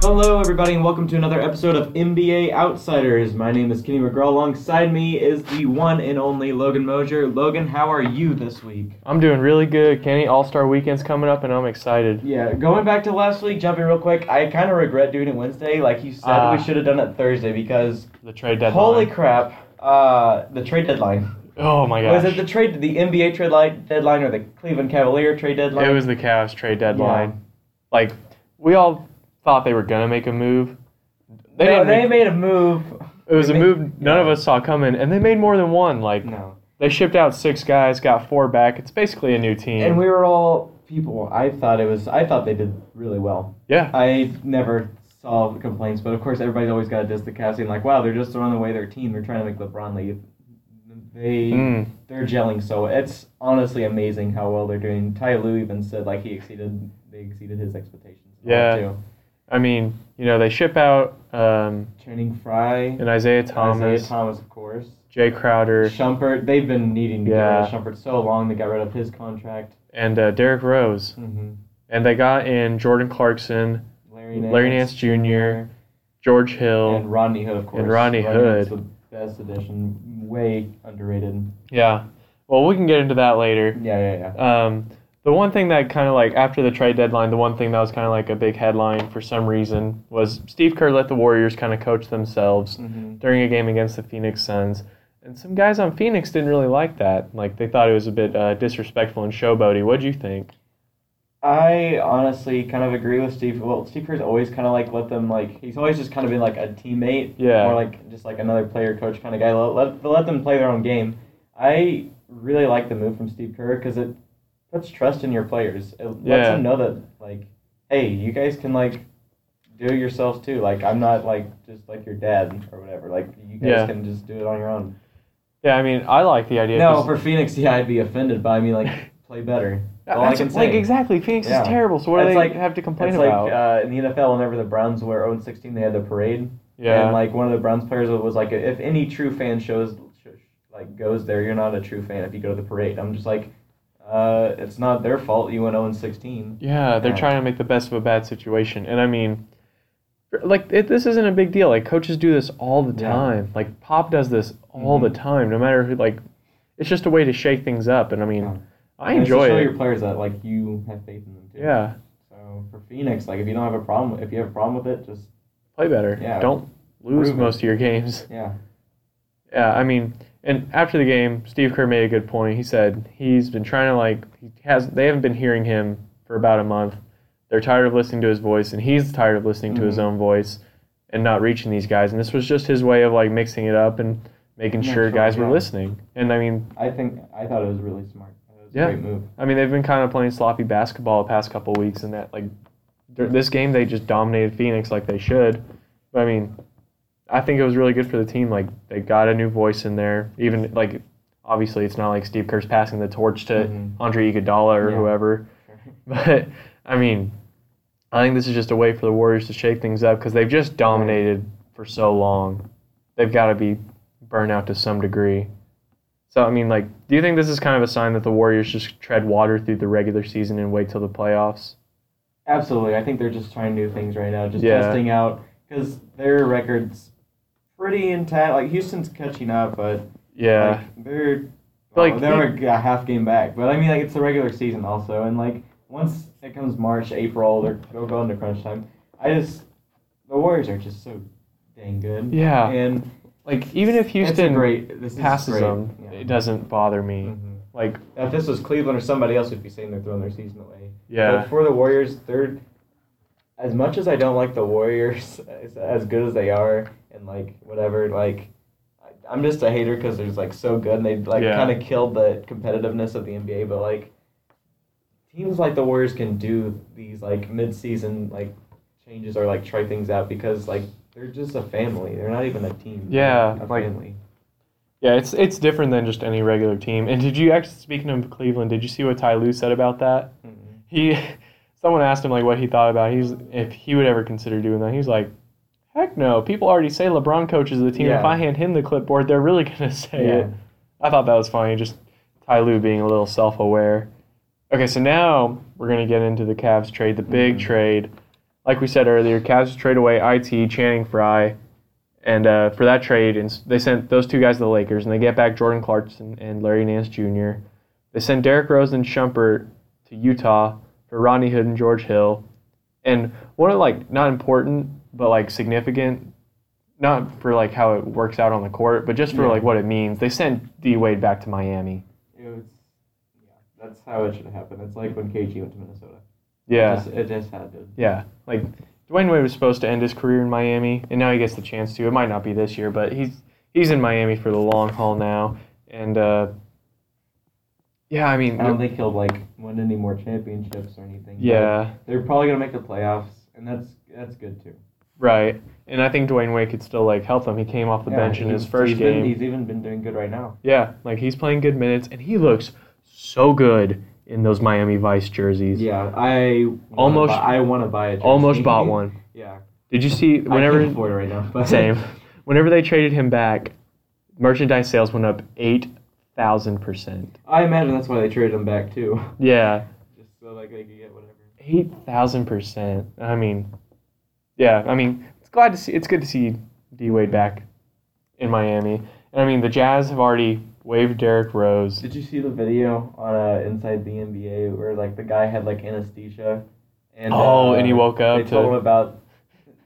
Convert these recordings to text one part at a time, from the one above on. Hello, everybody, and welcome to another episode of NBA Outsiders. My name is Kenny McGraw. Alongside me is the one and only Logan Mosier. Logan, how are you this week? I'm doing really good, Kenny. All Star Weekend's coming up, and I'm excited. Yeah, going back to last week, jumping real quick, I kind of regret doing it Wednesday. Like you said, Ah. we should have done it Thursday because The trade deadline. holy crap, uh, the trade deadline. Oh my gosh! Was it the trade, the NBA trade li- deadline, or the Cleveland Cavalier trade deadline? It was the Cavs trade deadline. Like we all thought they were gonna make a move. They no, didn't. they make- made a move. it was a they- move none of us saw coming, and they made more than one. Like No. they shipped out six guys, got four back. It's basically a new team. And we were all people. I thought it was. I thought they did really well. yeah. I never saw complaints, but of course everybody's always got to diss the Cavs and like, wow, they're just throwing away their team. They're trying to make LeBron leave. They Mm. they're gelling so. It's honestly amazing how well they're doing. Ty Lue even said like he exceeded they exceeded his expectations. Yeah. Too. I mean, you know, they ship out um, Channing Fry, and Isaiah Thomas, Isaiah Thomas, of course. Jay Crowder, Shumpert, they've been needing to Yeah. get rid of Shumpert so long. They got rid of his contract. and uh, Derek Rose, Mm-hmm. and they got in Jordan Clarkson, Larry Nance, Larry Nance Jr., George Hill. and Rodney Hood, of course. And Rodney Rodney Hood's Hood. the best addition, way underrated. Yeah. Well, we can get into that later. Yeah, yeah, yeah. Um, the one thing that kind of like after the trade deadline, the one thing that was kind of like a big headline for some reason was Steve Kerr let the Warriors kind of coach themselves Mm-hmm. during a game against the Phoenix Suns. And some guys on Phoenix didn't really like that. Like they thought it was a bit uh, disrespectful and showboaty. What'd you think? I honestly kind of agree with Steve. Well, Steve Kerr's always kind of like let them like he's always just kind of been like a teammate, Yeah. or like just like another player coach kind of guy. Let, let let them play their own game. I really like the move from Steve Kerr because it puts trust in your players. It lets Yeah. them know that like, hey, you guys can like do it yourselves too. Like I'm not like just like your dad or whatever. Like you guys Yeah. can just do it on your own. Yeah, I mean, I like the idea. No, 'cause- for Phoenix, yeah, I'd be offended by me like play better. That's all I that's can like say. exactly. Phoenix Yeah. is terrible. So what do That's they like- have to complain it's about? like uh, in the NFL, whenever the Browns were 0 16, they had the parade. yeah. And like one of the Browns players was like, if any true fan shows, like goes there, you're not a true fan if you go to the parade. I'm just like, uh, it's not their fault you went 0 16. Yeah, they're Yeah. trying to make the best of a bad situation. And I mean, like, it, this isn't a big deal. Like, coaches do this all the Yeah. Mm-hmm. time. Like, Pop does this all the time, no matter who, like, it's just a way to shake things up. And I mean, Yeah. I enjoy show it. your players that like you have faith in them too. yeah, So for Phoenix, like if you don't have a problem, if you have a problem with it, just play better. Yeah. Don't lose Prove it. most of your games. yeah. Yeah, I mean, and after the game, Steve Kerr made a good point. He said he's been trying to like he has they haven't been hearing him for about a month. They're tired of listening to his voice, and he's tired of listening to his own voice and not reaching these guys. And this was just his way of like mixing it up and making Yeah, sure sure, guys were yeah. listening. And I mean, I think I thought it was really smart. It was Yeah. a great move. I mean they've been kind of playing sloppy basketball the past couple weeks, and that like dur- this game they just dominated Phoenix like they should. But I mean, I think it was really good for the team. Like they got a new voice in there. Even like obviously it's not like Steve Kerr's passing the torch to Mhm. Andre Iguodala or Yeah. whoever. But I mean, I think this is just a way for the Warriors to shake things up because they've just dominated for so long. They've got to be burnt out to some degree. So I mean, like, do you think this is kind of a sign that the Warriors just tread water through the regular season and wait till the playoffs? Absolutely. I think they're just trying new things right now, just Yeah. testing out because their record's pretty intact. Like Houston's catching up, but Yeah, like, they're But, well, like, they're a g- a half game back. But I mean, like it's the regular season also, and like once it comes March, April, they're they'll go into crunch time. I just the Warriors are just so dang good. Yeah. and like even if it's a Houston great this is passes great. them, Yeah. it doesn't bother me. Mhm. Like, Now, if this was Cleveland or somebody else, would be saying they're throwing their season away. yeah, But for the Warriors, they're as much as I don't like the Warriors, as, as good as they are, and like whatever, like I- I'm just a hater because they're like so good and they like Yeah. kind of killed the competitiveness of the NBA. But like teams like the Warriors can do these like mid-season like changes or like try things out because like they're just a family. They're not even a team. They're Yeah, a like- family. yeah. It's it's different than just any regular team. And did you actually speaking of Cleveland? Did you see what Ty Lue said about that? Mhm. he someone asked him like what he thought about it. he's if he would ever consider doing that he's like heck no people already say lebron coaches the team if Yeah. i hand him the clipboard they're really going to say Yeah. it i thought that was funny just ty Lue being a little self-aware okay so now we're going to get into the Cavs trade the big Mhm. trade like we said earlier, Cavs trade away IT, Channing Frye, and uh, for that trade, and s- they sent those two guys to the Lakers, and they get back Jordan Clarkson and Larry Nance Jr. They sent Derrick Rose and Shumpert to Utah for Rodney Hood and George Hill, and one of like not important but like significant, not for like how it works out on the court, but just for Yeah. like what it means. They sent D Wade back to Miami. It was, yeah, that's how it should happen. It's like when KG went to Minnesota. Yeah, It just, it just had to. Yeah, like Dwayne Wade was supposed to end his career in Miami, and now he gets the chance to. It might not be this year, but he's he's in Miami for the long haul now. And uh, yeah, I mean, I don't think he'll like win any more championships or anything. but yeah, they're probably gonna make the playoffs, and that's that's good too. right. And I think Dwayne Wade could still like help them. He came off the Yeah, bench in his he's- 1st he's game. Been, he's even been doing good right now. yeah, like he's playing good minutes, and he looks so good in those Miami Vice jerseys. Yeah, I wanna Almost- buy- I want to buy it. Almost bought one. Yeah, Did you see? whenever I Whenever can't afford it right now. But Same. Whenever they traded him back, merchandise sales went up eight thousand percent. I imagine that's why they traded him back too, Yeah, just so like they could get whatever. eight thousand percent. I mean, yeah. I mean, it's glad to see. It's good to see D Wade back in Miami. And I mean, the Jazz have already waived Derrick Rose. Did you see the video on uh, Inside the NBA where like the guy had like anesthesia? And Oh, uh, and he woke up They to- told him about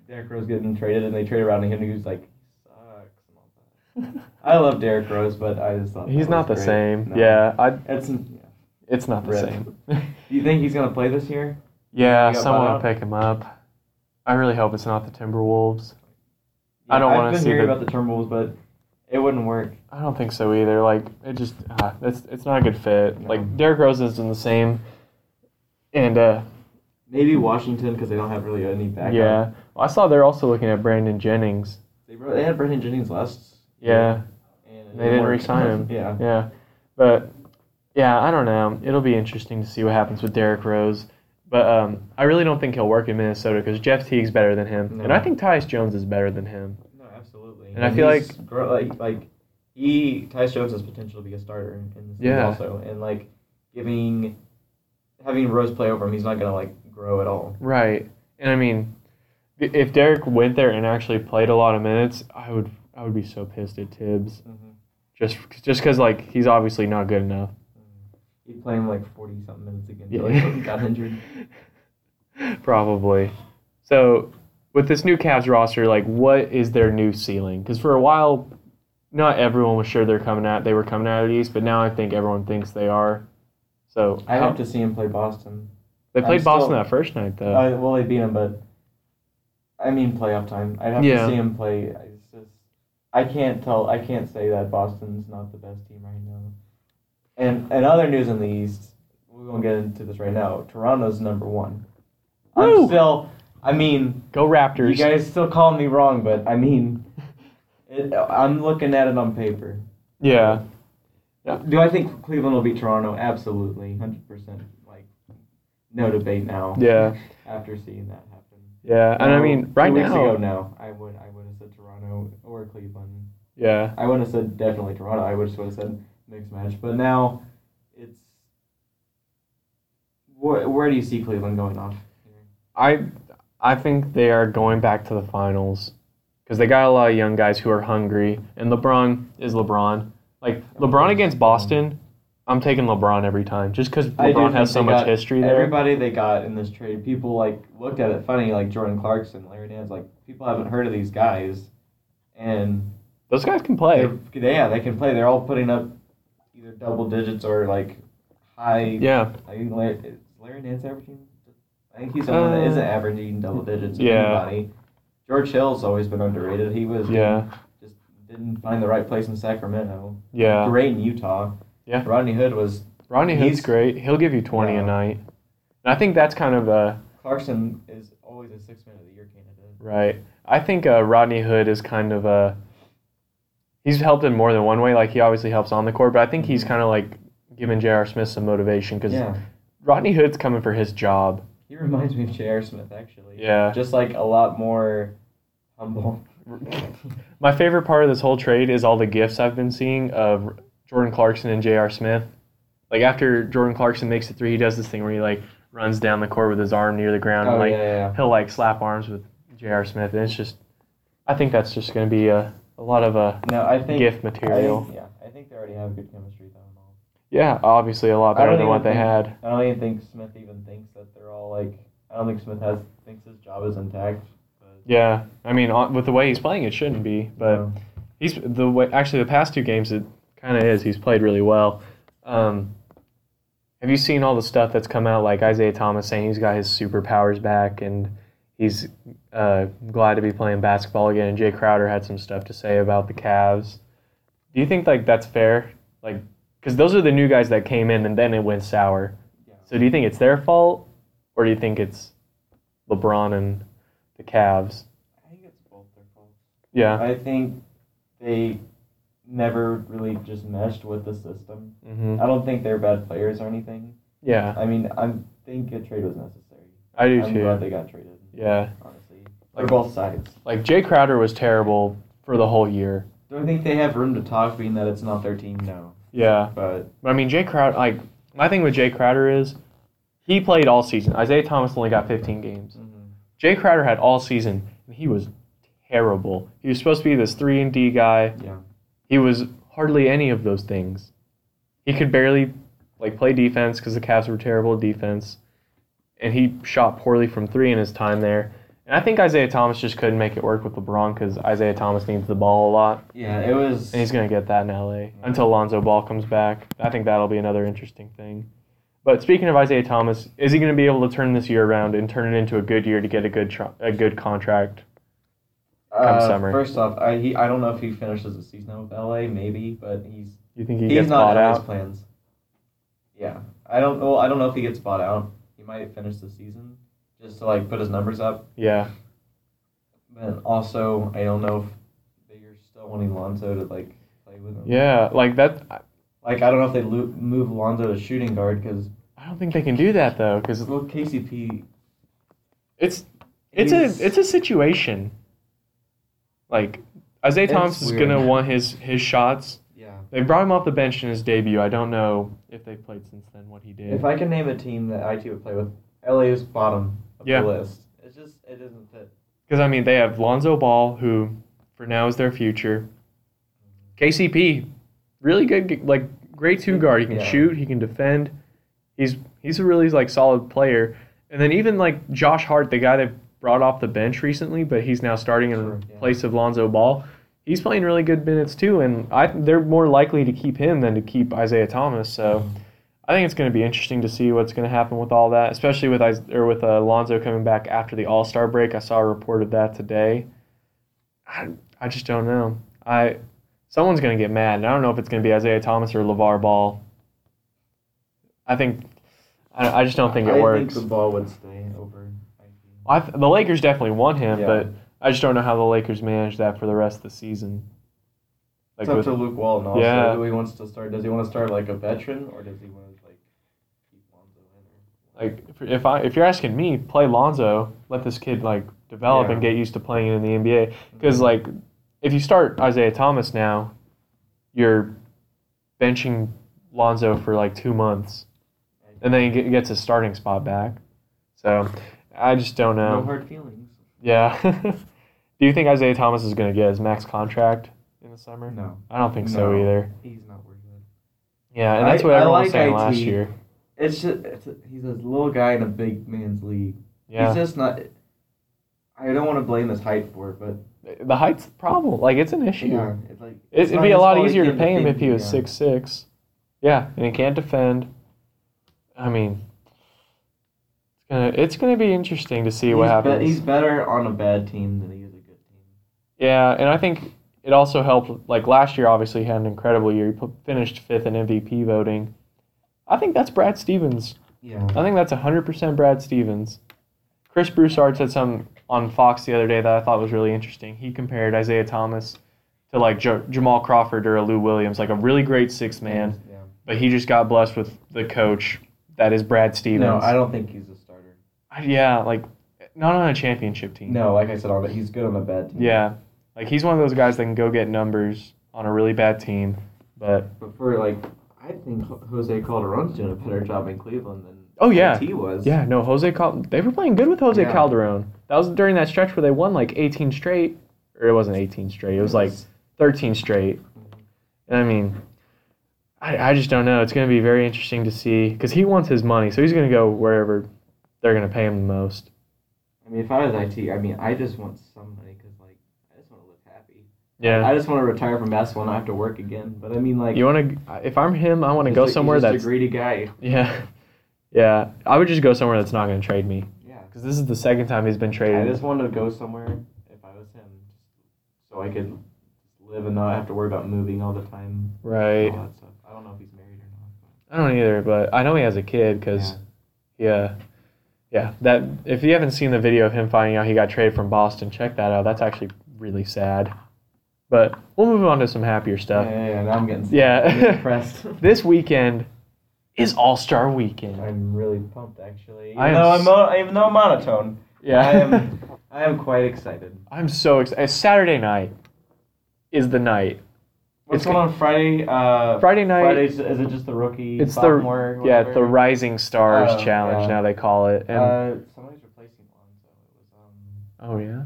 Derrick Rose getting traded, and they traded around him, and he was like, "Sucks." and all that. I love Derrick Rose, but I just thought He's that not the was great. same. No. Yeah, I, It's yeah. it's not the Rip. same. Do you think he's gonna play this year? yeah, You got someone will bought out? pick him up. I really hope it's not the Timberwolves. I don't I've wanna been see hearing the- about the Timberwolves, but it wouldn't work. I don't think so either. Like it just uh, it's it's not a good fit. No. Like Derrick Rose isn't the same, and uh, Maybe Washington because they don't have really any backup. yeah, well, I saw they're also looking at Brandon Jennings. they, brought, they had Brendan Jennings last. Yeah, year, and it They didn't work. re-sign him. yeah, yeah, but yeah, I don't know. It'll be interesting to see what happens with Derrick Rose. But um, I really don't think he'll work in Minnesota because Jeff Teague's better than him, and No. I think Tyus Jones is better than him. no, absolutely. And I feel he's grow, like like he Tyus Jones has potential to be a starter in in this league Yeah. also, and like giving having Rose play over him, he's not gonna like grow at all. Right, and I mean, i- if Derrick went there and actually played a lot of minutes, I would I would be so pissed at Tibbs. just just because like he's obviously not good enough. He played him like forty something minutes again. Yeah. until Like, he got injured. Probably. So with this new Cavs roster, like what is their new ceiling? Because for a while, not everyone was sure they're coming out. They were coming out of the East, but now I think everyone thinks they are. So I have to see him play Boston. they played I'm Boston still- that first night though. Uh, well, they beat him, but I mean playoff time. I'd have Yeah. to see him play. It's just I can't tell. I can't say that Boston's not the best team right now. And and other news in the East, we won't get into this right now. Toronto's number one. Woo! I'm still. I mean, Go Raptors. you guys still call me wrong, but I mean, it, I'm looking at it on paper. yeah. Do I think Cleveland will beat Toronto? Absolutely, hundred percent. Like, no debate now. Yeah. After seeing that happen. Yeah. And I No, mean two right weeks now. ago, no, I would I would have said Toronto or Cleveland. Yeah. I would have said definitely Toronto. I would have sort of said mixed match. But now, it's where where do you see Cleveland going off? I I think they are going back to the finals because they got a lot of young guys who are hungry, and LeBron is LeBron. Like LeBron against Boston, I'm taking LeBron every time just because I do LeBron think has so they much got- history there. Everybody they got in this trade, people like looked at it funny, like Jordan Clarkson, Larry Nance. Like people haven't heard of these guys, and Those guys can play. they're- they, yeah, they can play. They're all putting up either double digits or like high Yeah, I think Larry, is Larry Nance averaging. I think he's someone Uh, that isn't averaging double digits. with yeah. Anybody. George Hill's always been underrated. He was yeah, just didn't find the right place in Sacramento. yeah. Great in Utah. Yeah. Rodney Hood was Rodney Hood's He's- great. He'll give you 20 a Yeah. night, and I think that's kind of uh, Clarkson is always a six man of the year candidate. Right. I think uh, Rodney Hood is kind of a. He's helped in more than one way. Like he obviously helps on the court, but I think he's kind of like giving J.R. Smith some motivation because Mm-hmm. Yeah. Rodney Hood's coming for his job. He reminds me of J.R. Smith actually. Yeah. Just like a lot more humble. My favorite part of this whole trade is all the gifts I've been seeing of Jordan Clarkson and J.R. Smith. Like after Jordan Clarkson makes it three, he does this thing where he like runs down the court with his arm near the ground. Oh and, like yeah, yeah, he'll like slap arms with J.R. Smith, and it's just, I think that's just going to be a, a lot of uh, yeah. No, I think gift I- material. yeah, I think they already have good chemistry though. and all. yeah, obviously a lot I better don't than what they even think- had. I don't even think Smith even thinks that they're all like. I don't think Smith has thinks his job is intact. But, Yeah, I mean on, with the way he's playing, it shouldn't be, but No. he's the way. Actually, the past two games, it kind of is. He's played really well. Um, have you seen all the stuff that's come out, like Isaiah Thomas saying he's got his superpowers back and he's uh, glad to be playing basketball again? And Jay Crowder had some stuff to say about the Cavs. Do you think like that's fair? Like, because those are the new guys that came in and then it went sour. Yeah. So do you think it's their fault, or do you think it's LeBron and the Cavs? I think it's both their fault. Yeah. I think they never really just meshed with the system. hmm I don't think they're bad players or anything. Yeah, I mean, I think a trade was necessary. I do I'm too. glad they got traded. Yeah. Honestly, Like- like both sides. Like Jay Crowder was terrible for the whole year. Do I think they have room to talk, being that it's not their team? No, Yeah. but But I mean Jay Crowder like my thing with Jay Crowder is he played all season. Isaiah Thomas only got 15 games. Mm-hmm. Jay Crowder had all season and he was terrible. He was supposed to be this 3 and D guy. yeah, He was hardly any of those things. He could barely like play defense cuz the Cavs were terrible at defense and he shot poorly from 3 in his time there. And I think Isaiah Thomas just couldn't make it work with LeBron cuz Isaiah Thomas needs the ball a lot. yeah, it was. And he's going to get that in LA until Lonzo Ball comes back. I think that'll be another interesting thing. But speaking of Isaiah Thomas, is he going to be able to turn this year around and turn it into a good year to get a good tr- a good contract? uh, summer. First off, I he, I don't know if he finishes the season out with LA, maybe, but he's You think he he's gets not bought in LA's out? plans. Yeah, I don't know. I don't know if he gets bought out. He might finish the season just to like put his numbers up. Yeah, But also, I don't know if they're still wanting Lonzo to like play with him. yeah, like that. Like I don't know if they lo- move Lonzo to shooting guard because I don't think they can do that though, because well KCP it's it's a it's a situation. Like Isaiah It's Thomas is going to weird. want his his shots. yeah. They brought him off the bench in his debut. I don't know if they played since then what he did. If I can name a team that IT would play with, LA is bottom of Yeah. the list. It's just it doesn't fit. Because I mean, they have Lonzo Ball, who for now is their future. KCP, really good, like great two guard. He can Yeah. shoot, he can defend. He's he's a really like solid player. And then even like Josh Hart, the guy they brought off the bench recently, but he's now starting in Sure, yeah. place of Lonzo Ball. He's playing really good minutes too, and I they're more likely to keep him than to keep Isaiah Thomas. So. I think it's going to be interesting to see what's going to happen with all that, especially with Is- or with uh, Lonzo coming back after the All Star break. I saw a report of that today. I, I just don't know. I someone's going to get mad, and I don't know if it's going to be Isaiah Thomas or Levar Ball. I think I, I just don't think it I think works. the ball would stay over IT. I th- the Lakers definitely want him, Yeah. but I just don't know how the Lakers manage that for the rest of the season. Like it's up with- to Luke Walton also. Yeah. Do he wants to start does he want to start like a veteran or does he want to like keep Lonzo in or like if- if I if you're asking me, play Lonzo, let this kid like develop Yeah. and get used to playing in the NBA. Because like if you start Isaiah Thomas now, you're benching Lonzo for like two months, and then he get- gets his starting spot back. So I just don't no know. hard feelings. Yeah. Do you think Isaiah Thomas is going to get his max contract in the summer? No. I don't think so No. either. He's not worth it. Yeah, and I- that's what I everyone was like saying IT. last year. It's just it's a, he's a little guy in a big man's league. Yeah. He's just not. I don't want to blame his height for it, but the height's the problem. Like it's an issue. yeah, it's like It, it's it'd not be a his lot fault easier to can't pay him defend, if he was yeah. six six. Yeah, and he can't defend. I mean, it's gonna it's gonna be interesting to see He's, what be- happens. he's better on a bad team than he is a good team. yeah, and I think it also helped. Like last year, obviously, he had an incredible year. He p- finished fifth in MVP voting. I think that's Brad Stevens. Yeah, I think that's 100% Brad Stevens. Chris Broussard said something on Fox the other day that I thought was really interesting. He compared Isaiah Thomas to like J- Jamal Crawford or a Lou Williams, like a really great six man, Yeah. but he just got blessed with the coach that is Brad Stevens. No, I don't think he's a starter. I- yeah, like not on a championship team. No, like I said, on he's good on a bad team. Yeah. Like he's one of those guys that can go get numbers on a really bad team, but but for like, I I think Ho- Jose Calderon's doing a better job in Cleveland than Oh, yeah. he was. Yeah, no, Jose Cal- they were playing good with Jose Yeah. Calderon. That was during that stretch where they won like 18 straight, or it wasn't 18 straight. It was like 13 straight. And I mean, I, I just don't know. It's going to be very interesting to see because he wants his money, so he's going to go wherever they're going to pay him the most. I mean, if I was IT, I mean, I just want some money because like I just want to live happy. Yeah, I just want to retire from basketball and not have to work again. But I mean, like you want to? If I'm him, I want to he's go just- he's somewhere just that's a greedy guy. yeah, yeah. I would just go somewhere that's not going to trade me Yeah, because this is the second time he's been I traded. just wanted to go somewhere if I was him, so I could live and not have to worry about moving all the time. right. all that stuff. I don't know if he's married or not. but- I don't either, but I know he has a kid because. Yeah. Yeah. That if you haven't seen the video of him finding out he got traded from Boston, check that out. That's actually really sad. But we'll move on to some happier yeah, stuff. yeah, yeah, now I'm getting Yeah. I'm getting depressed. This weekend is All Star Weekend. I'm really pumped actually. Even I am though s- I'm mo- even though I'm monotone, Yeah. I am I am quite excited. I'm so excited. Saturday night is the night. What's It's going on Friday? Uh, Friday night. Fridays is it just the rookie? it's sophomore, the yeah it's the whatever? Rising Stars Oh, Challenge yeah. now they call it. And Uh, somebody's replacing Lonzo. It was um oh yeah.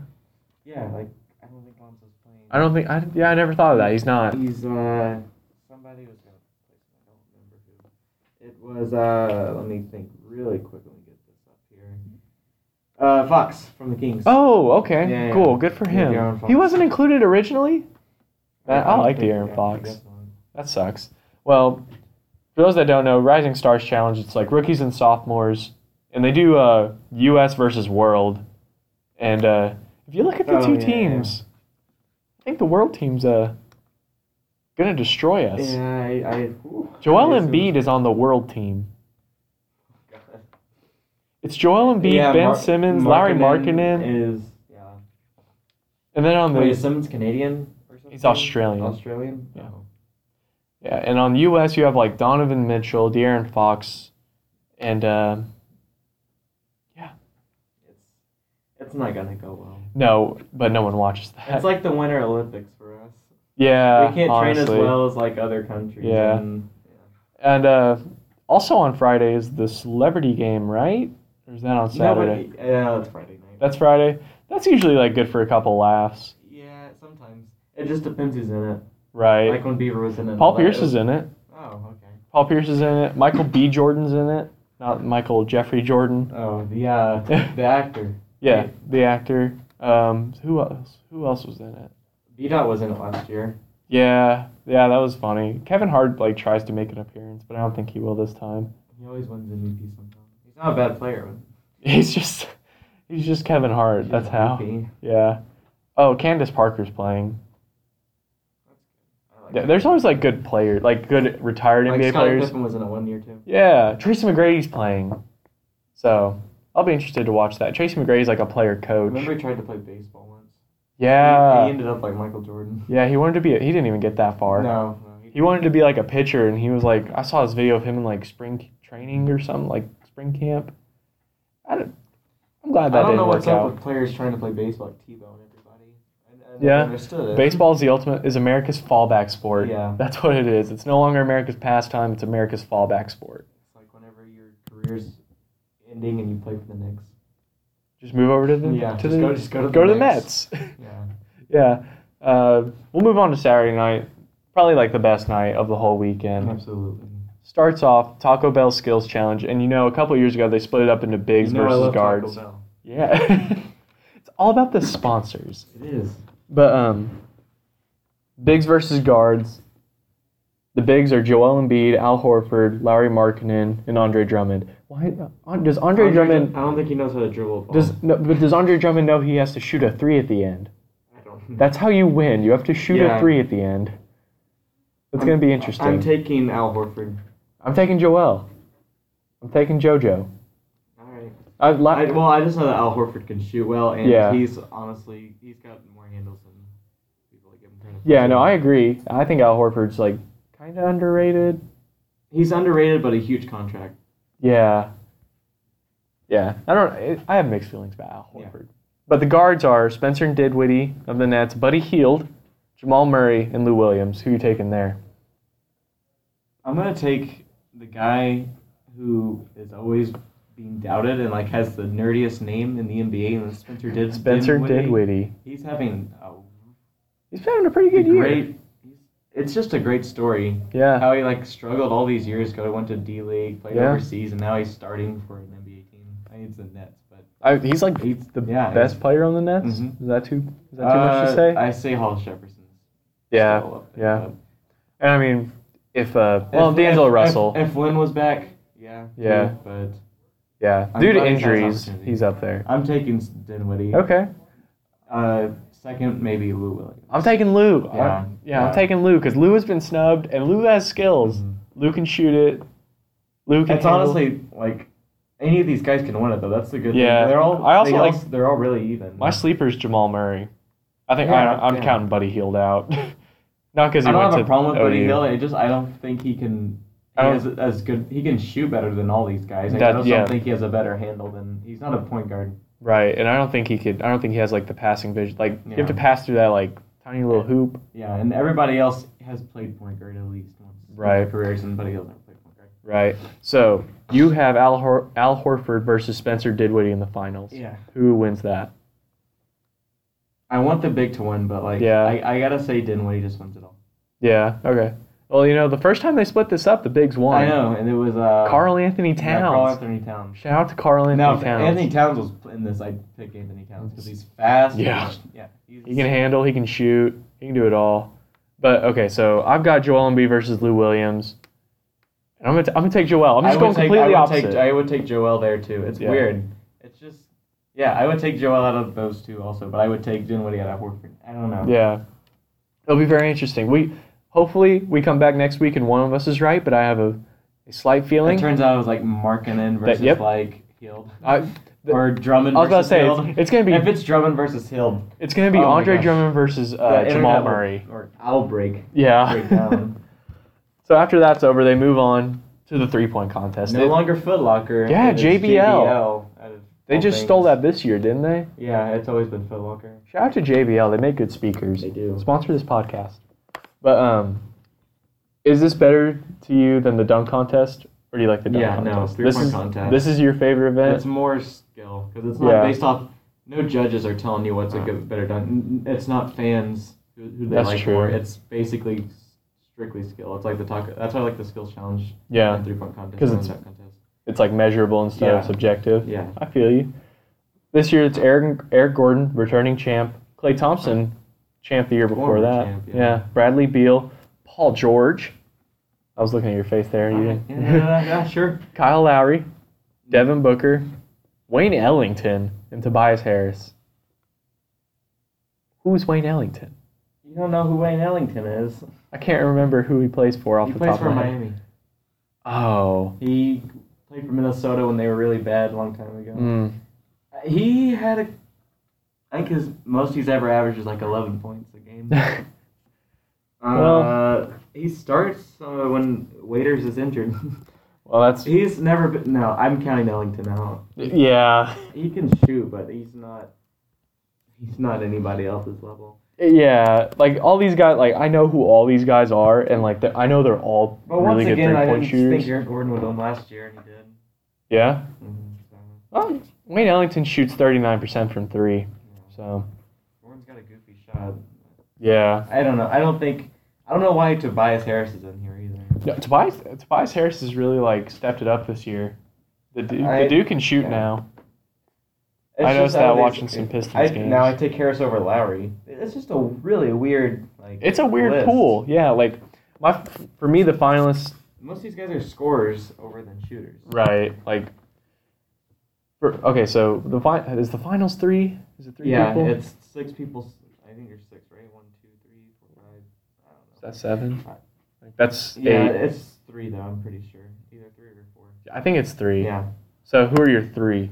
yeah like I don't think Lonzo's playing. I don't think I yeah I never thought of that. He's not. He's uh somebody was gonna replace him. I don't remember who. It was uh let me think really quick. Let me get this up here. Uh, Fox from the Kings. Oh okay Yeah, yeah. cool good for Yeah, him. De'Aaron he Fox. wasn't included originally. I- I don't like think- De'Aaron yeah, I Fox. guess not. That sucks. Well, for those that don't know, Rising Stars Challenge, it's like rookies and sophomores, and they do uh, U.S. versus World. And uh, if you look at the Oh, two yeah, yeah. teams, I think the World team's uh, going to destroy us. Yeah, I. I ooh, Joel I guess it Embiid was- is on the World team. It's Joel Embiid, Yeah, Ben Mar- Simmons, Larry Markkinen, is. Yeah. and then on the Wait, is Simmons Canadian or something? He's Australian. Australian. Yeah. Oh. Yeah, and on U.S. you have like Donovan Mitchell, De'Aaron Fox, and uh, It's it's not gonna go well. no, but no one watches that. It's like the Winter Olympics for us. yeah, we can't honestly. train as well as like other countries. Yeah. And, yeah. And uh, also on Friday is the celebrity game, right? Or is that on Saturday? Nobody- yeah, it's Friday night. That's Friday. That's usually like good for a couple laughs, yeah, sometimes it just depends who's in it. right? Like when Beaver was in it. Paul Pierce is in it. Oh, okay. Paul Pierce is in it. Michael B. Jordan's in it. Not Michael Jeffrey Jordan. Oh, the uh, the actor. Yeah, the actor. Um, who else? Who else was in it? B Dot was in it last year. Yeah, yeah, that was funny. Kevin Hart like tries to make an appearance, but I don't think he will this time. He always wins MVP sometimes. He's not a bad player. but- He's just, he's just Kevin Hart. He's That's how. MVP. Yeah. Oh, Candace Parker's playing. I like Yeah, him. there's always like good players, like good retired like NBA Scottie players. Pippen was in it one year too. Yeah, Tracy McGrady's playing, so I'll be interested to watch that. Tracy McGrady's like a player coach. Remember, he tried to play baseball once. yeah, he, he ended up like Michael Jordan. yeah, he wanted to be. A, he didn't even get that far. No, no, He wanted to be like a pitcher, and he was like, I saw this video of him in like spring c- training or something, like spring camp. I don't, I'm glad I that don't know didn't what's work up out. with players trying to play baseball like Tebow and everybody. I, I never Yeah. understood it. Baseball is the ultimate is America's fallback sport. Yeah. that's what it is. It's no longer America's pastime. It's America's fallback sport. It's like whenever your career's ending and you play for the Knicks. Just move over to the Yeah, to just the, go- just go to the go to the Mets. Mets. Yeah. yeah, uh, we'll move on to Saturday night. Probably like the best night of the whole weekend. Absolutely. Starts off Taco Bell Skills Challenge, and you know a couple years ago they split it up into bigs You know I versus love Taco guards. Bell. Yeah. it's all about the sponsors. It is. But um Bigs versus guards. The bigs are Joel Embiid, Al Horford, Larry Markkinen, and Andre Drummond. Why uh, on- does Andre, Drummond I don't think he knows how to dribble a ball. does no, but does Andre Drummond know he has to shoot a 3 at the end? I don't That's how you win. You have to shoot a Yeah. 3 at the end. It's going to be interesting. I'm taking Al Horford. I'm taking Joel. I'm taking JoJo. All right. I, La- I, well, I just know that Al Horford can shoot well, and Yeah. he's honestly he's got more handles than people that give him credit. for. yeah, no, I agree. I think Al Horford's like kind of underrated. He's underrated, but a huge contract. Yeah. Yeah. I don't. I- I have mixed feelings about Al Horford. But the guards are Spencer Didwitty of the Nets, Buddy Heald, Jamal Murray, and Lou Williams. Who you taking there? I'm gonna take the guy who is always being doubted and like has the nerdiest name in the NBA, and Spencer Did Spencer Dinwiddie. He's having a He's having a pretty good year. great. It's just a great story. Yeah. How he like struggled all these years ago, went to D League, played Yeah. overseas, and now he's starting for an NBA team. I mean, it's the Nets, but I, he's like He's- the yeah, best player on the Nets. Mhm. Is that too? Is that too much to Uh, say? I say Hall Jefferson's. yeah, still up there, yeah. but- and I mean, if uh, well, If- D'Angelo if- Russell, If, if Lynn was back, yeah, Yeah. he- But yeah, I'm due to glad he has injuries, opportunity. he's up there. I'm taking Dinwiddie. Okay, Uh, second maybe Lou Williams. I'm taking Lou. Yeah, Yeah, yeah, yeah. I'm taking Lou because Lou has been snubbed, and Lou has skills. Lou can shoot it. Lou can. It's handle- honestly like any of these guys can win it though. That's the good Yeah. thing. They're all. I also they like- all- they're all really even. my sleeper's Jamal Murray. I think Yeah, I, I'm yeah. counting Buddy Healed out, not because he I don't went have to a problem with OU. Buddy Hill. It just I don't think he can. He I has don't- as good. He can shoot better than all these guys. Like, That- I just yeah. don't think he has a better handle than. He's not a point guard. Right, and I don't think he could. I don't think he has like the passing vision. Like you have to Yeah. pass through that like tiny little hoop. Yeah, and everybody else has played point guard at least once. in their Right. Careers and Buddy Hill never played point guard. Right. So you have Al, Hor- Al Horford versus Spencer Dinwiddie in the finals. Yeah. Who wins that? I want the big to win, but like, Yeah. I, I gotta say Dinwiddie just wins it all. Yeah. Okay. Well, you know, the first time they split this up, the bigs won. I know, and it was uh, Carl Anthony yeah, Carl Towns. Anthony Towns. Shout out to Carl Anthony Now, if Towns. Anthony Towns was in this, I'd pick Anthony Towns because he's fast. Yeah. he's- yeah. He's, He can handle. He can shoot. He can do it all. But okay, so I've got Joel Embiid versus Lou Williams, and I'm gonna t- I'm gonna take Joel. I'm I just would going take- completely I would opposite. Take, I would take Joel there too. It's Yeah. weird. It's just, yeah, I would take Joel out of those two also, but I would take Dinwiddie out of Horford. I don't know. Yeah. It'll be very interesting. We hopefully we come back next week and one of us is right, but I have a, a slight feeling. It turns out it was like Markkinen versus yep. like Hield I, th- or Drummond. I was about to versus say Hield. it's, it's gonna be if it's Drummond versus Hield, it's gonna be oh my Andre gosh. Drummond versus the uh, internet Jamal will- Murray. or I'll break break Yeah. down. so after that's over, they move on to the three point contest. No They- longer Foot Locker. Yeah, It is JBL. out of they all just things. stole that this year, didn't they? Yeah, it's always been Foot Locker. Shout out to JBL. They make good speakers. They do. Sponsor this podcast. But um, is this better to you than the dunk contest, or do you like the dunk Yeah, no, contest? three-point this is contest. this is your favorite event. It's more skill because it's not Yeah. based off. No judges are telling you what's a good, better done. It's not fans who, who they That's like true. more. It's basically strictly skill. It's like the talk. That's why I like the skills challenge. Yeah. Three point contest. 'Cause and it's- dunk contest. it's like measurable instead Yeah. of subjective. Yeah. I feel you. This year it's Eric Eric Gordon, returning champ. Clay Thompson, champ the year before Former that. champ, yeah. yeah. Bradley Beal, Paul George. I was looking at your face there. You Yeah, didn't- Uh, yeah, yeah, yeah, sure. Kyle Lowry, Devin Booker, Wayne Ellington, and Tobias Harris. Who's Wayne Ellington? You don't know who Wayne Ellington is. I can't remember who he plays for off He the plays top for of my head. Miami. Oh. He played for Minnesota when they were really bad a long time ago. Mm. He had a. I think his most he's ever averaged is like 11 points a game. uh, Well- he starts uh, when Waiters is injured. well, that's he's never been. No, I'm counting Ellington out. yeah. He can shoot, but he's not. He's not anybody else's level. Yeah, like all these guys, like I know who all these guys are, and like they're- I know they're all But really once good again, three I point didn't shooters. think Aaron Gordon was on last year, and he did. yeah, Mhm, so. well, Wayne Ellington shoots thirty nine percent from three, so Gordon's got a goofy shot. yeah. I don't know. I don't think. I don't know why Tobias Harris is in here either. No, Tobias Tobias Harris has really like stepped it up this year. The dude, I- the dude can shoot yeah. now. It's I just noticed how that these- watching some Pistons I, games. Now I take Harris over Lowry. It's just a really weird like. It's a weird list. pool, yeah. Like my for me, the finalists Most of these guys are scorers over than shooters. Right. Like, for, okay, so the fi- is the finals three? Is it three yeah, people? it's six people. I think there's six, right? One, two, three, four, five. I don't know. That's seven. Like, that's yeah, eight. it's three though. I'm pretty sure either three or four. I think it's three. Yeah. So who are your three?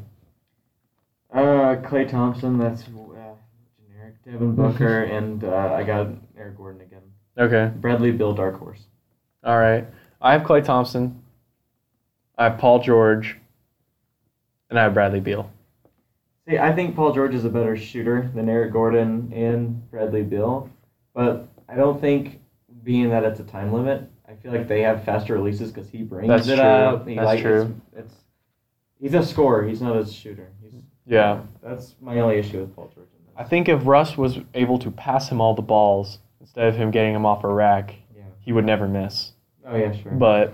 Uh, Clay Thompson. That's uh, generic. Devin Booker and uh, I got Eric Gordon again. Okay. Bradley Bill, dark horse. All right. I have Clay Thompson. I have Paul George. And I have Bradley Beal. See, I think Paul George is a better shooter than Eric Gordon and Bradley Bill, but I don't think being that it's a time limit, I feel like they have faster releases because he brings That's it true. up. He That's like, true. It's, it's- he's a scorer. He's not a shooter. He's, Yeah. That's my only issue with Paul George. in this. I think if Russ was able to pass him all the balls instead of him getting him off a rack, Yeah. he would never miss. Oh yeah, sure. But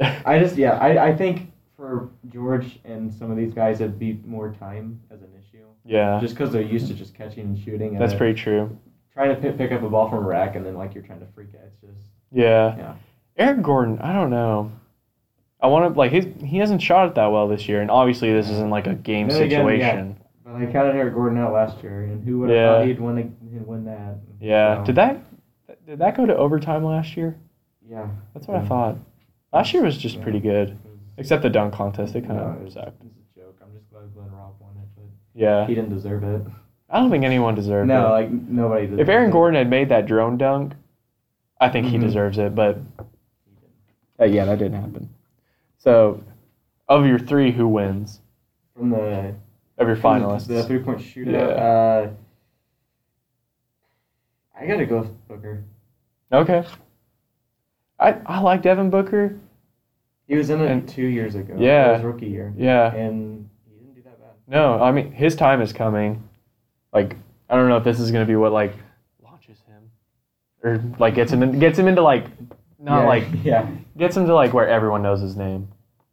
I just yeah, I, I think for George and some of these guys, it'd be more time as an issue, yeah, just because they're used to just catching and shooting. And that's then pretty true. Trying to pick, pick up a ball from a rack and then like you're trying to freak it. It's just Yeah. Yeah. Eric Gordon, I don't know. I want to like his. He hasn't shot it that well this year, and obviously this isn't like a game Then again, yeah. situation. But I counted Eric Gordon out last year, and who would have Yeah. thought he'd win, he'd win that? Yeah. So, Did that? Did that go to overtime last year? Yeah. That's what I thought. Last year was just Yeah. pretty good, except the dunk contest. It kind No, of it's, sucked. it's a joke. I'm just glad Glenn Robb won it, but Yeah. he didn't deserve it. I don't think anyone deserved No, it. like nobody. If deserves Aaron it. Gordon had made that drone dunk, I think he Mhm. deserves it. But He didn't. Mm-hmm. uh, yeah, that didn't happen. So, of your three, who wins? from the Of your from finalists? the three point shootout, uh, I gotta go with Booker. Okay. I I like Devin Booker. He was in it And- two years ago. Yeah. his rookie year, Yeah. and he didn't do that bad. No, I mean his time is coming. Like I don't know if this is gonna be what like launches him or like gets him in, gets him into like not yeah. like yeah. gets him to like where everyone knows his name.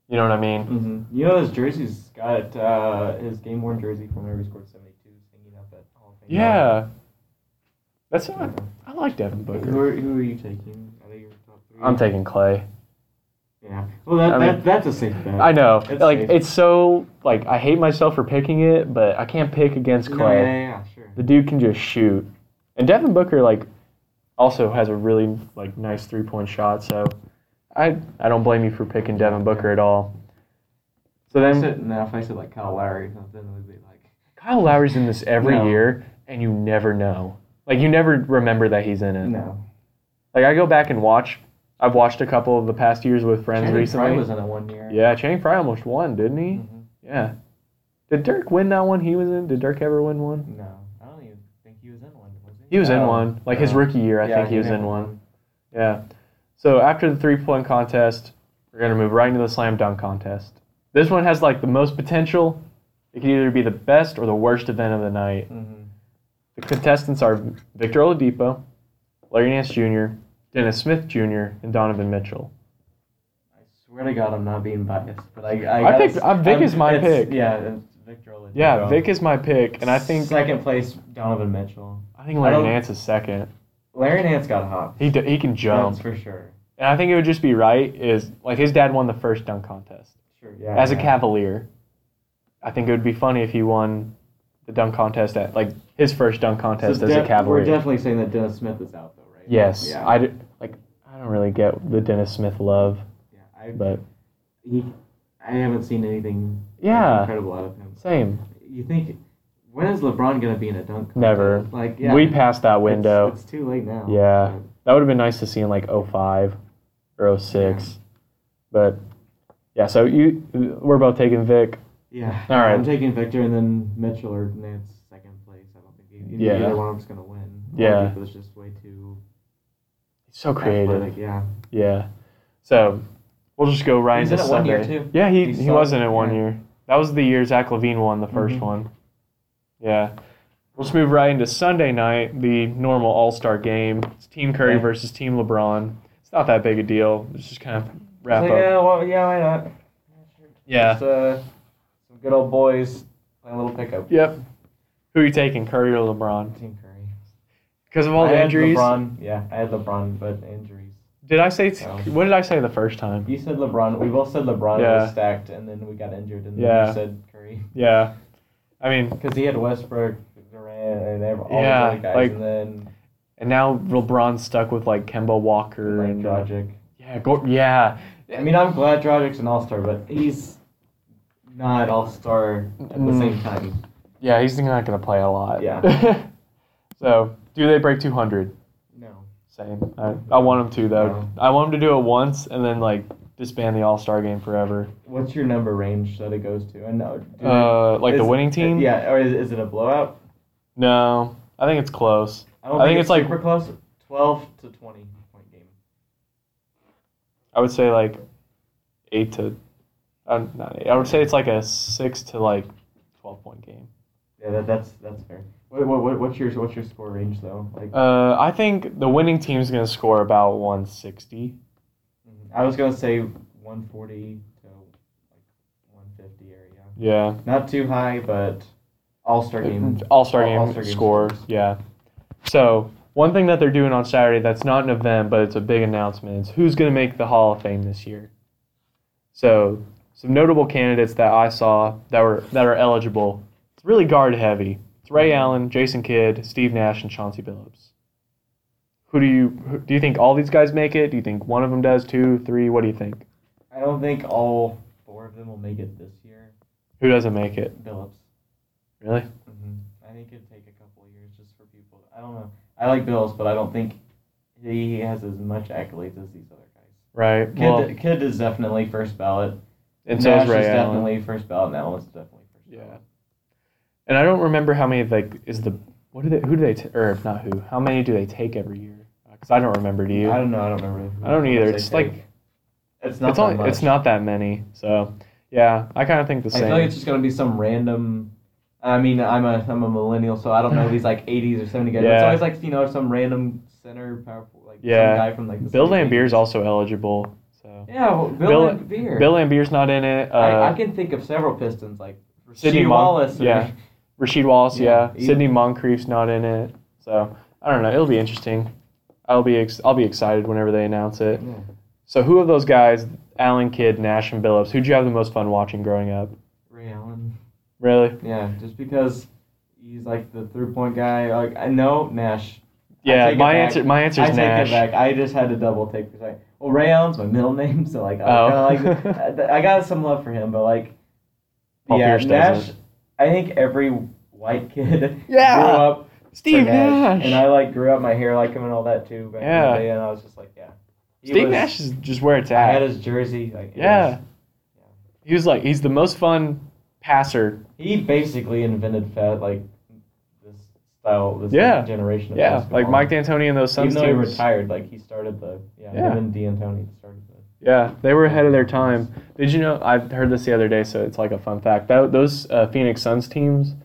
You know what I mean? hmm You know, his jersey's got uh, his game worn jersey from whenever he scored 72 hanging up at Hall of Fame. Yeah. That's Yeah. I, I like Devin Who Booker. are, who are you taking? Are they your top three? I'm taking Clay. Yeah. Well, that, I that, mean- that's a safe bet. I know. It's like safe. it's so like I hate myself for picking it, but I can't pick against No, Clay. yeah, yeah, yeah, sure. the dude can just shoot. And Devin Booker like also has a really like nice three point shot, so I I don't blame you for picking Devin Booker at all. So If I then said, now, if I said like Kyle Lowry or something, it would be like, Kyle Lowry's in this every No. year and you never know. Like you never remember that he's in it. no. Like I go back and watch I've watched a couple of the past years with friends Channing recently. Frye was in it one year. yeah, Channing Frye almost won, didn't he? Mhm. Yeah. Did Dirk win that one he was in? Did Dirk ever win one? No, I don't even think he was in one. Was he? He was in No. one. Like his No. rookie year, I Oh. Yeah, think he, he was in never- one. Yeah. So after the three point contest, we're gonna move right into the slam dunk contest. This one has like the most potential. It could either be the best or the worst event of the night. Mhm. The contestants are Victor Oladipo, Larry Nance Jr., Dennis Smith Jr., and Donovan Mitchell. I swear to God, I'm not being biased, but I. I, I gotta picked- s- uh, Vic is my it's- pick. Yeah, it's Victor Oladipo. Yeah, Vic is my pick, and I think second place Donovan Mitchell. I think I Larry don't- Nance is second. Larry Nance got hot. He d- he can jump, That's for sure. and I think it would just be right is like his dad won the first dunk contest. Sure. Yeah. as a yeah. Cavalier, I think it would be funny if he won the dunk contest at like his first dunk So contest as de- a Cavalier. We're definitely saying that Dennis Smith is out though, right? yes, Yeah. I d- like. I don't really get the Dennis Smith love, yeah, I, but he, I haven't seen anything Yeah. incredible out of him. same. You think when is LeBron gonna be in a dunk? contest? Never. Like yeah, We it's- passed that window. It's, too late now. Yeah. that would have been nice to see in like 05 or 06. But yeah, so you we're both taking Vic. Yeah. All right. I'm taking Victor and then Mitchell or Nance second place. I don't think e- either, Yeah. either one of them's gonna win. Yeah. It was just way too He's so creative. athletic. Yeah. Yeah. So we'll just go right He's into in it one Sunday. year, too. Yeah, he, He's he solid, was in it one yeah. year. That was the year Zach Levine won the 1st Mhm. one. Yeah. We'll just move right into Sunday night, the normal All Star game. It's Team Curry Yeah. versus Team LeBron. It's not that big a deal. It's just kind of wrap It's up. like, Yeah. Well, yeah. Why not? Yeah. Just, uh, some good old boys playing a little pickup. Yep. Who are you taking, Curry or LeBron? Team Curry. Because of all I the had injuries. LeBron. Yeah, I had LeBron, but injuries. Did I say? T- No. What did I say the first time? You said LeBron. We both said LeBron Yeah. was stacked, and then we got injured, and then Yeah. you said Curry Yeah. I mean, because he had Westbrook, Durant, and ev- all Yeah, these other guys, like- and then and now LeBron's stuck with like Kemba Walker like and uh, Dragic. yeah, go- yeah. I mean, I'm glad Dragic's an all star, but he's not all star at the Mm. same time. Yeah, he's not going to play a lot. Yeah. so, do they break 200? No. Same. I, I want him to, though. No. I want him to do it once and then, like, disband the All Star game forever. What's your number range that it goes to? And no, do- Uh, like the is- winning team? Yeah, or is, is it a blowout? No, I think it's close. I don't I think, think it's it's like- super close. Twelve to twenty point game. I would say like eight to, uh, not eight. I would say it's like a six to like twelve point game. Yeah, that, that's that's fair. What, what, what, what's your what's your score range though? Like Uh, I think the winning team's gonna score about one sixty. mhm. I was gonna say 140 to like 150 area. Yeah. Not too high, but all star game. All Star All- Game All-Star game score. scores. Yeah. So one thing that they're doing on Saturday that's not an event, but it's a big announcement is who's going to make the Hall of Fame this year. So some notable candidates that I saw that were that are eligible. It's really guard heavy. It's Ray Allen, Jason Kidd, Steve Nash, and Chauncey Billups. Who do you who, do you think all these guys make it? Do you think one of them does? Two, three? What do you think? I don't think all four of them will make it this year. Who doesn't make it? Billups. Really? hmm I think it'd take a couple of years just for people. I don't know. I like Bills, but I don't think he has as much accolades as these other guys. Right. Kid, Well, Kid is definitely first ballot. and so Nash is Ray is Allen. definitely first ballot. Now it's definitely first. Yeah. Um, And I don't remember how many like is the what do they who do they t- or not who how many do they take every year? Because I don't remember. Do you? I don't know. I don't remember. who- I don't who either. they It's take. like- it's not it's that only much. it's not that many. So yeah, I kind of think the I same. feel like it's just gonna be some random. I mean, I'm a I'm a millennial, so I don't know these like 80s or 70s guys. It's Yeah. always like you know some random center powerful like Yeah. some guy from like the Bill 70s. Lambier's also eligible. So Yeah, well, Bill, Bill- Lambier. Bill Lambier's not in it. Uh, I, I can think of several Pistons like Sidney Sidney Monk, Wallace. or- yeah. Rasheed Wallace, Yeah, yeah. he- Sidney Moncrief's not in it. So I don't know. It'll be interesting. I'll be ex- I'll be excited whenever they announce it. Yeah. So who of those guys, Allen Kidd, Nash, and Billups, who'd you have the most fun watching growing up? Ray Allen. Really? Yeah, just because he's like the three point guy. Like I know Nash. I Yeah, take it my back. answer my answer I is take Nash. it back. I just had to double take because I well Ray Allen's my middle name, so like I Oh. was kinda like I- th- I got some love for him, but like Paul yeah, Pierce Nash. doesn't. I think every white kid Yeah. grew up for Steve Nash, Nash. and I like grew up my hair like him and all that too. Back in the Yeah. day, and I was just like, yeah, He Steve was- Nash is just where it's I had at. his jersey. Like, it Yeah. was- He was like he's the most fun passer. he basically invented fat like this style, this like, Yeah. generation. Of Yeah, like Mike D'Antoni and those Even Suns though he teams. retired, like he started the yeah, Yeah. him and D'Antoni started the. Yeah, they were ahead of their time. Did you know? I heard this the other day, so it's like a fun fact. That, those uh, Phoenix Suns teams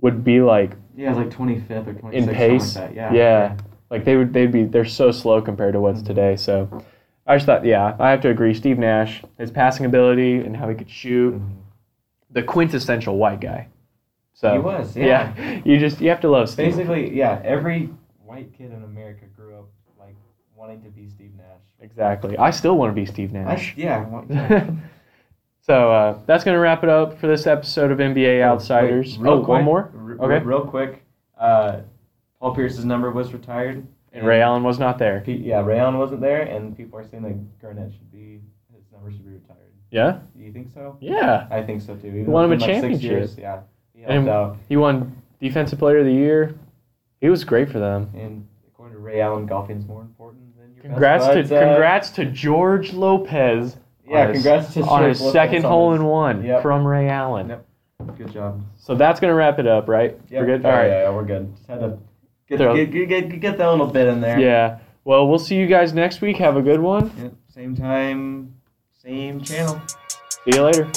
would be like Yeah, it's like 25th or 26th. in pace. Like that. yeah. Yeah. Like they would they'd be they're so slow compared to what's Mm-hmm. today. So I just thought, yeah, I have to agree. Steve Nash, his passing ability and how he could shoot, Mhm. the quintessential white guy. So He was, yeah. You just you have to love Steve. Basically, yeah, every white kid in America grew up like wanting to be Steve Nash. Exactly. I still want to be Steve I, Nash. yeah. I want- yeah. so uh, that's gonna wrap it up for this episode of NBA Outsiders. Wait, real oh, quick, one more. r- Okay. Real quick, uh, Paul Pierce's number was retired. And Ray Allen was not there. Pe- yeah, Ray Allen wasn't there, and people are saying that Garnett should be his number should be retired. Yeah. Do you think so? Yeah. I think so too. Even Won though him it's a been, like, six championship. years, Yeah. He helped And- out. He won Defensive Player of the Year. He was great for them. And according to Ray Allen, golfing's more important than your best Congrats to buds, uh, congrats to George Lopez Yeah, on his- congrats to on his George Lopez second on hole his- in one Yep. from Ray Allen. Yep. Good job. So that's gonna wrap it up, right? Yep. We're good. Yeah, All right. Yeah, yeah, we're good. Just had to get, Throw- get, get, get, get that little bit in there. Yeah. Well, we'll see you guys next week. Have a good one. Yep. Same time, same channel. See you later.